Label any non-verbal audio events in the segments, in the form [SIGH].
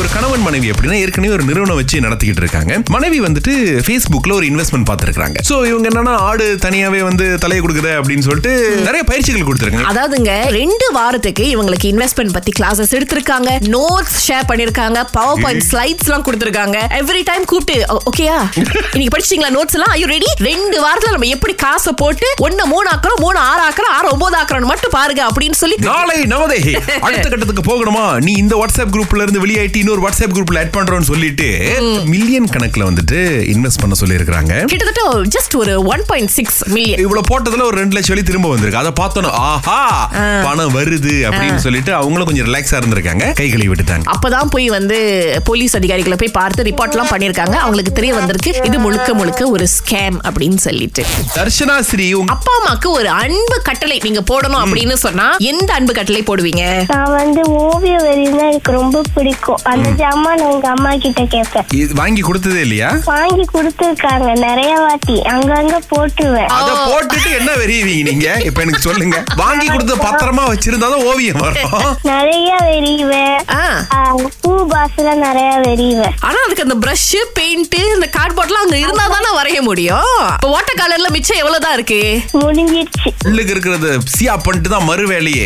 ஒரு கணவன் மனைவி அப்படின்னா ஏற்கனவே ஒரு நிறுவனம் வச்சு நடத்திக்கிட்டு இருக்காங்க மனைவி வந்துட்டு ஃபேஸ்புக்ல ஒரு இன்வெஸ்ட்மெண்ட் பார்த்துருக்காங்க சோ இவங்க என்னன்னா ஆடு தனியாவே வந்து தலையை கொடுக்குது அப்படின்னு சொல்லிட்டு நிறைய பயிற்சிகள் கொடுத்துருக்காங்க அதாவதுங்க ரெண்டு வாரத்துக்கு இவங்களுக்கு இன்வெஸ்ட்மெண்ட் பத்தி கிளாஸஸ் எடுத்திருக்காங்க நோட்ஸ் ஷேர் பண்ணிருக்காங்க பவர் பாயிண்ட் ஸ்லைட்ஸ் எல்லாம் கொடுத்திருக்காங்க எவ்ரி டைம் கூப்பிட்டு ஓகேயா இன்னைக்கு படிச்சீங்களா நோட்ஸ் எல்லாம் ஐயோ ரெடி ரெண்டு வாரத்துல நம்ம எப்படி காசை போட்டு ஒன்னு மூணு ஆக்குறோம் மூணு ஆறு ஆக்குறோம் ஆறு ஒன்பது ஆக்குறோம் மட்டும் பாருங்க அப்படின்னு சொல்லி நாளை நவதேகி அடுத்த கட்டத்துக்கு போகணுமா நீ இந்த வாட்ஸ்அப் குரூப்ல இருந்து வெளியாயிட்டு இன்னொரு வாட்ஸ்அப் குரூப்ல ஆட் பண்றோம்னு சொல்லிட்டு மில்லியன் கணக்குல வந்துட்டு இன்வெஸ்ட் பண்ண சொல்லியிருக்காங்க கிட்டத்தட்ட ஜஸ்ட் ஒரு ஒன் பாயிண்ட் சிக்ஸ் மில்லியன் இவ்வளவு போட்டதுல ஒரு ரெண்டு லட்சம் வழி திரும்ப வந்திருக்கு அதை பார்த்தோம் ஆஹா பணம் வருது அப்படின்னு சொல்லிட்டு அவங்களும் கொஞ்சம் ரிலாக்ஸா இருந்திருக்காங்க கை கழுவி விட்டுட்டாங்க அப்பதான் போய் வந்து போலீஸ் அதிகாரிகளை போய் பார்த்து ரிப்போர்ட் எல்லாம் பண்ணிருக்காங்க அவங்களுக்கு தெரிய வந்திருக்கு இது முழுக்க முழுக்க ஒரு ஸ்கேம் அப்படின்னு சொல்லிட்டு தர்ஷனா ஸ்ரீ உங்க அப்பா அம்மாக்கு ஒரு அன்பு கட்டளை நீங்க போடணும் அப்படின்னு சொன்னா எந்த அன்பு கட்டளை போடுவீங்க நான் வந்து ஓவிய வரின்னா எனக்கு ரொம்ப பிடிக்கும் அந்த ஜாமான் நான் எங்க அம்மா கிட்ட கேட்பேன் இது வாங்கி கொடுத்ததே இல்லையா வாங்கி கொடுத்துருக்காங்க நிறைய வாட்டி அங்கங்க போட்டுருவேன் அத போட்டுட்டு என்ன வெறியுவீங்க நீங்க இப்ப எனக்கு சொல்லுங்க வாங்கி கொடுத்த பத்திரமா வச்சிருந்தாதான் ஓவியம் வரும் நிறைய வெறிவேன் ஆ. ஆ, பூ பாசுல நிறைய வெறிவேன் ஆனா அதுக்கு அந்த பிரஷ் பெயிண்ட் இந்த கார்ட்போர்ட்லாம் அங்க இருந்தா தானே வரைய முடியும் இப்போ வாட்டர் கலர்ல மிச்சம் எவ்வளவுதான் இருக்கு முடிஞ்சிருச்சு உள்ளுக்கு இருக்கிறது சியா பண்ணிட்டு தான் மறு வேலையே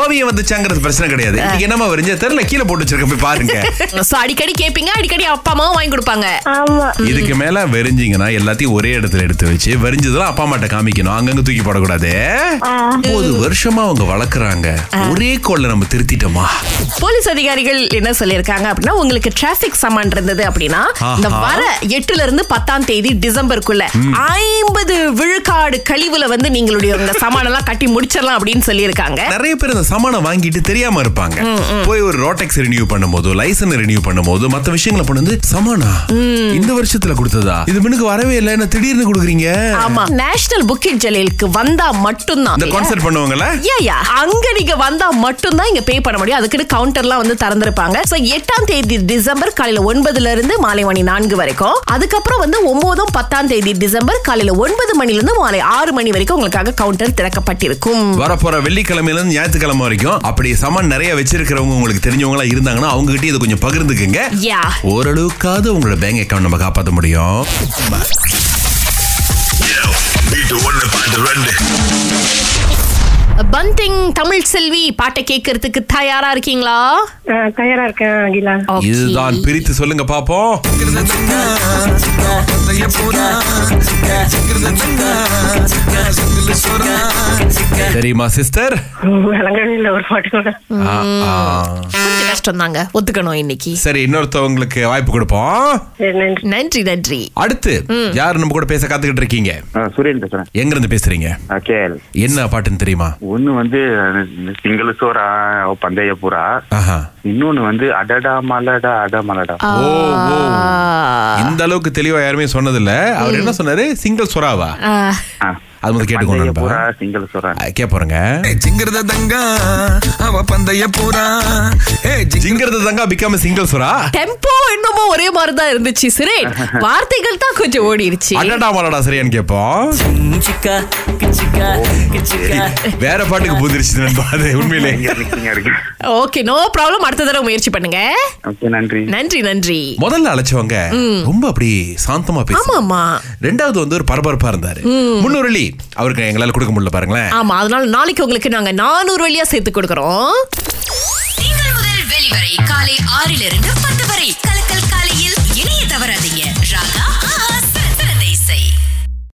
ஓவியம் வந்துச்சாங்கிறது பிரச்சனை கிடையாது இன்னைக்கு என்னமா வரைஞ்ச தெரியல கீழே போட்டு வச்சிருக்க போய் பாருங்க So, அடிக்கடி கேப்பீங்க அடிக்கடி அப்பா அம்மாவும் வாங்கி கொடுப்பாங்க ஆமா இதுக்கு மேல வெறிஞ்சிங்கன்னா எல்லாத்தையும் ஒரே இடத்துல எடுத்து வச்சு வெறிஞ்சதெல்லாம் அப்பா அம்மாட்ட காமிக்கணும் அங்கங்க தூக்கி போடக்கூடாது ஆ. ஒன்பது வருஷமா அவங்க வளர்க்குறாங்க ஒரே கோல்ல நம்ம திருத்திட்டோமா போலீஸ் அதிகாரிகள் என்ன சொல்லியிருக்காங்க அப்படின்னா உங்களுக்கு டிராபிக் சமான் இருந்தது அப்படின்னா இந்த ஆஹா. வர எட்டுல இருந்து பத்தாம் தேதி டிசம்பருக்குள்ள ஐம்பது விழுக்காடு கழிவுல வந்து நீங்களுடைய உங்க சமான் எல்லாம் கட்டி முடிச்சிடலாம் அப்படின்னு சொல்லியிருக்காங்க நிறைய பேர் இந்த சமானம் வாங்கிட்டு தெரியாம இருப்பாங்க போய் ஒரு ரோட்டெக்ஸ் ரினியூ பண்ணும்போது லைசன்ஸ் ரினியூ பண்ணும்போது மத்த விஷயங்களை பண்ணுது சமானா இந்த வருஷத்துல கொடுத்ததா இது மினுக்கு வரவே இல்லை என்ன திடீர்னு கொடுக்குறீங்க ஆமா நேஷனல் புக்கிட் ஜெலியலுக்கு வந்தா இந்த மட்டும்தான் கான்சர்ட் பண்ணுவாங்கல்ல Yeah, yeah. அங்க நீங்க வந்தா மட்டும்தான் இங்க பே பண்ண முடியும் அதுக்குன்னு கவுண்டர்லாம் வந்து திறந்திருப்பாங்க சோ எட்டாம் தேதி டிசம்பர் காலையில ஒன்பதுல இருந்து மாலை மணி நான்கு வரைக்கும் அதுக்கப்புறம் வந்து ஒன்பதும் பத்தாம் தேதி டிசம்பர் காலையில ஒன்பது மணில இருந்து மாலை ஆறு மணி வரைக்கும் உங்களுக்காக கவுண்டர் திறக்கப்பட்டிருக்கும் வரப்போற வெள்ளிக்கிழமையில இருந்து ஞாயிற்றுக்கிழமை வரைக்கும் அப்படி சமான் நிறைய வச்சிருக்கிறவங்க உங்களுக்கு தெரிஞ்சவங்களா இருந்தாங்கன்னா அவங்க கிட்ட இதை கொஞ்சம் பகிர்ந்துக்குங்க Yeah. ஓரளவுக்காவது உங்களோட பேங்க் அக்கவுண்ட் நம்ம காப்பாற்ற முடியும் வீட்டு ஒண்ணு பாட்டு ரெண்டு பந்திங் தமிழ் செல்வி பாட்டை கேட்கறதுக்கு தயாரா இருக்கீங்களா ஆ, தயாரா இருக்கேன் அகிலா [LAUGHS] Okay. இதுதான் பிரித்து சொல்லுங்க பாப்போம் தெரியுமா சிஸ்டர் விலங்கணில ஒரு பாட்டு கூட கொஞ்சம் கஷ்டம் தாங்க ஒத்துக்கணும் இன்னைக்கு சரி இன்னொருத்தவங்களுக்கு வாய்ப்பு கொடுப்போம் சரி நன்றி நன்றி நன்றி அடுத்து யாரு நம்ம கூட பேச காத்துக்கிட்டு இருக்கீங்க ஆ, சூரியன் பேசுறேன் எங்க இருந்து பேசுறீங்க ஆ, கேஎல் என்ன பாட்டுன்னு தெரியுமா ஒண்ணு வந்து சிங்கள சோறா பந்தயபுரா ஆஹா இன்னொன்னு வந்து அடடா மலடா அட மலடா ஓ ஓ இந்த அளவுக்கு தெளிவா யாருமே சொன்னதில்ல அவர் என்ன சொன்னாரு சிங்கிள் சொராவா ஆஹ் ஆ. அது மட்டும் கேட்டுக்கோங்க பந்தயபுரா நண்பா. சிங்கள சோறா ஆ, கேப்போறேங்க ಜಿಂಗರದ ದಂಗ ಅವ ಪಂದಯ್ಯ ಪೂರ ಏ ಜಿಂಗ ஜிங்கிறது தாங்க பிகாம சிங்கிள் சொரா டெம்போ என்னமோ ஒரே மாதிரி தான் இருந்துச்சு சிரேன் வார்த்தைகள் தான் கொஞ்சம் ஓடிடுச்சு அடடா மலடா சரியான்னு கேப்போம் கிச்சிக்கா கிச்சிக்கா கிச்சிக்கா வேற பாட்டுக்கு பூதிருச்சு நண்பா அது [LAUGHS] உண்மையிலே இங்க நிக்கீங்க இருக்கு ஓகே நோ ப்ராப்ளம் அடுத்த தடவை முயற்சி பண்ணுங்க ஓகே நன்றி நன்றி நன்றி முதல்ல அழைச்சவங்க ரொம்ப அப்படி சாந்தமா ஆமா பேசுவாங்க ஆமா ரெண்டாவது வந்து ஒரு பரபரப்பா இருந்தாரு முன்னுரளி அவருக்கு எங்களால கொடுக்க முடியல பாருங்களேன் ஆமா அதனால நாளைக்கு உங்களுக்கு நாங்க நானூறு வழியா சேர்த்து கொடுக்கறோம் திங்கள் முதல் வெளிவரை காலை ஆறிலிருந்து பத்து வரை கலக்கல்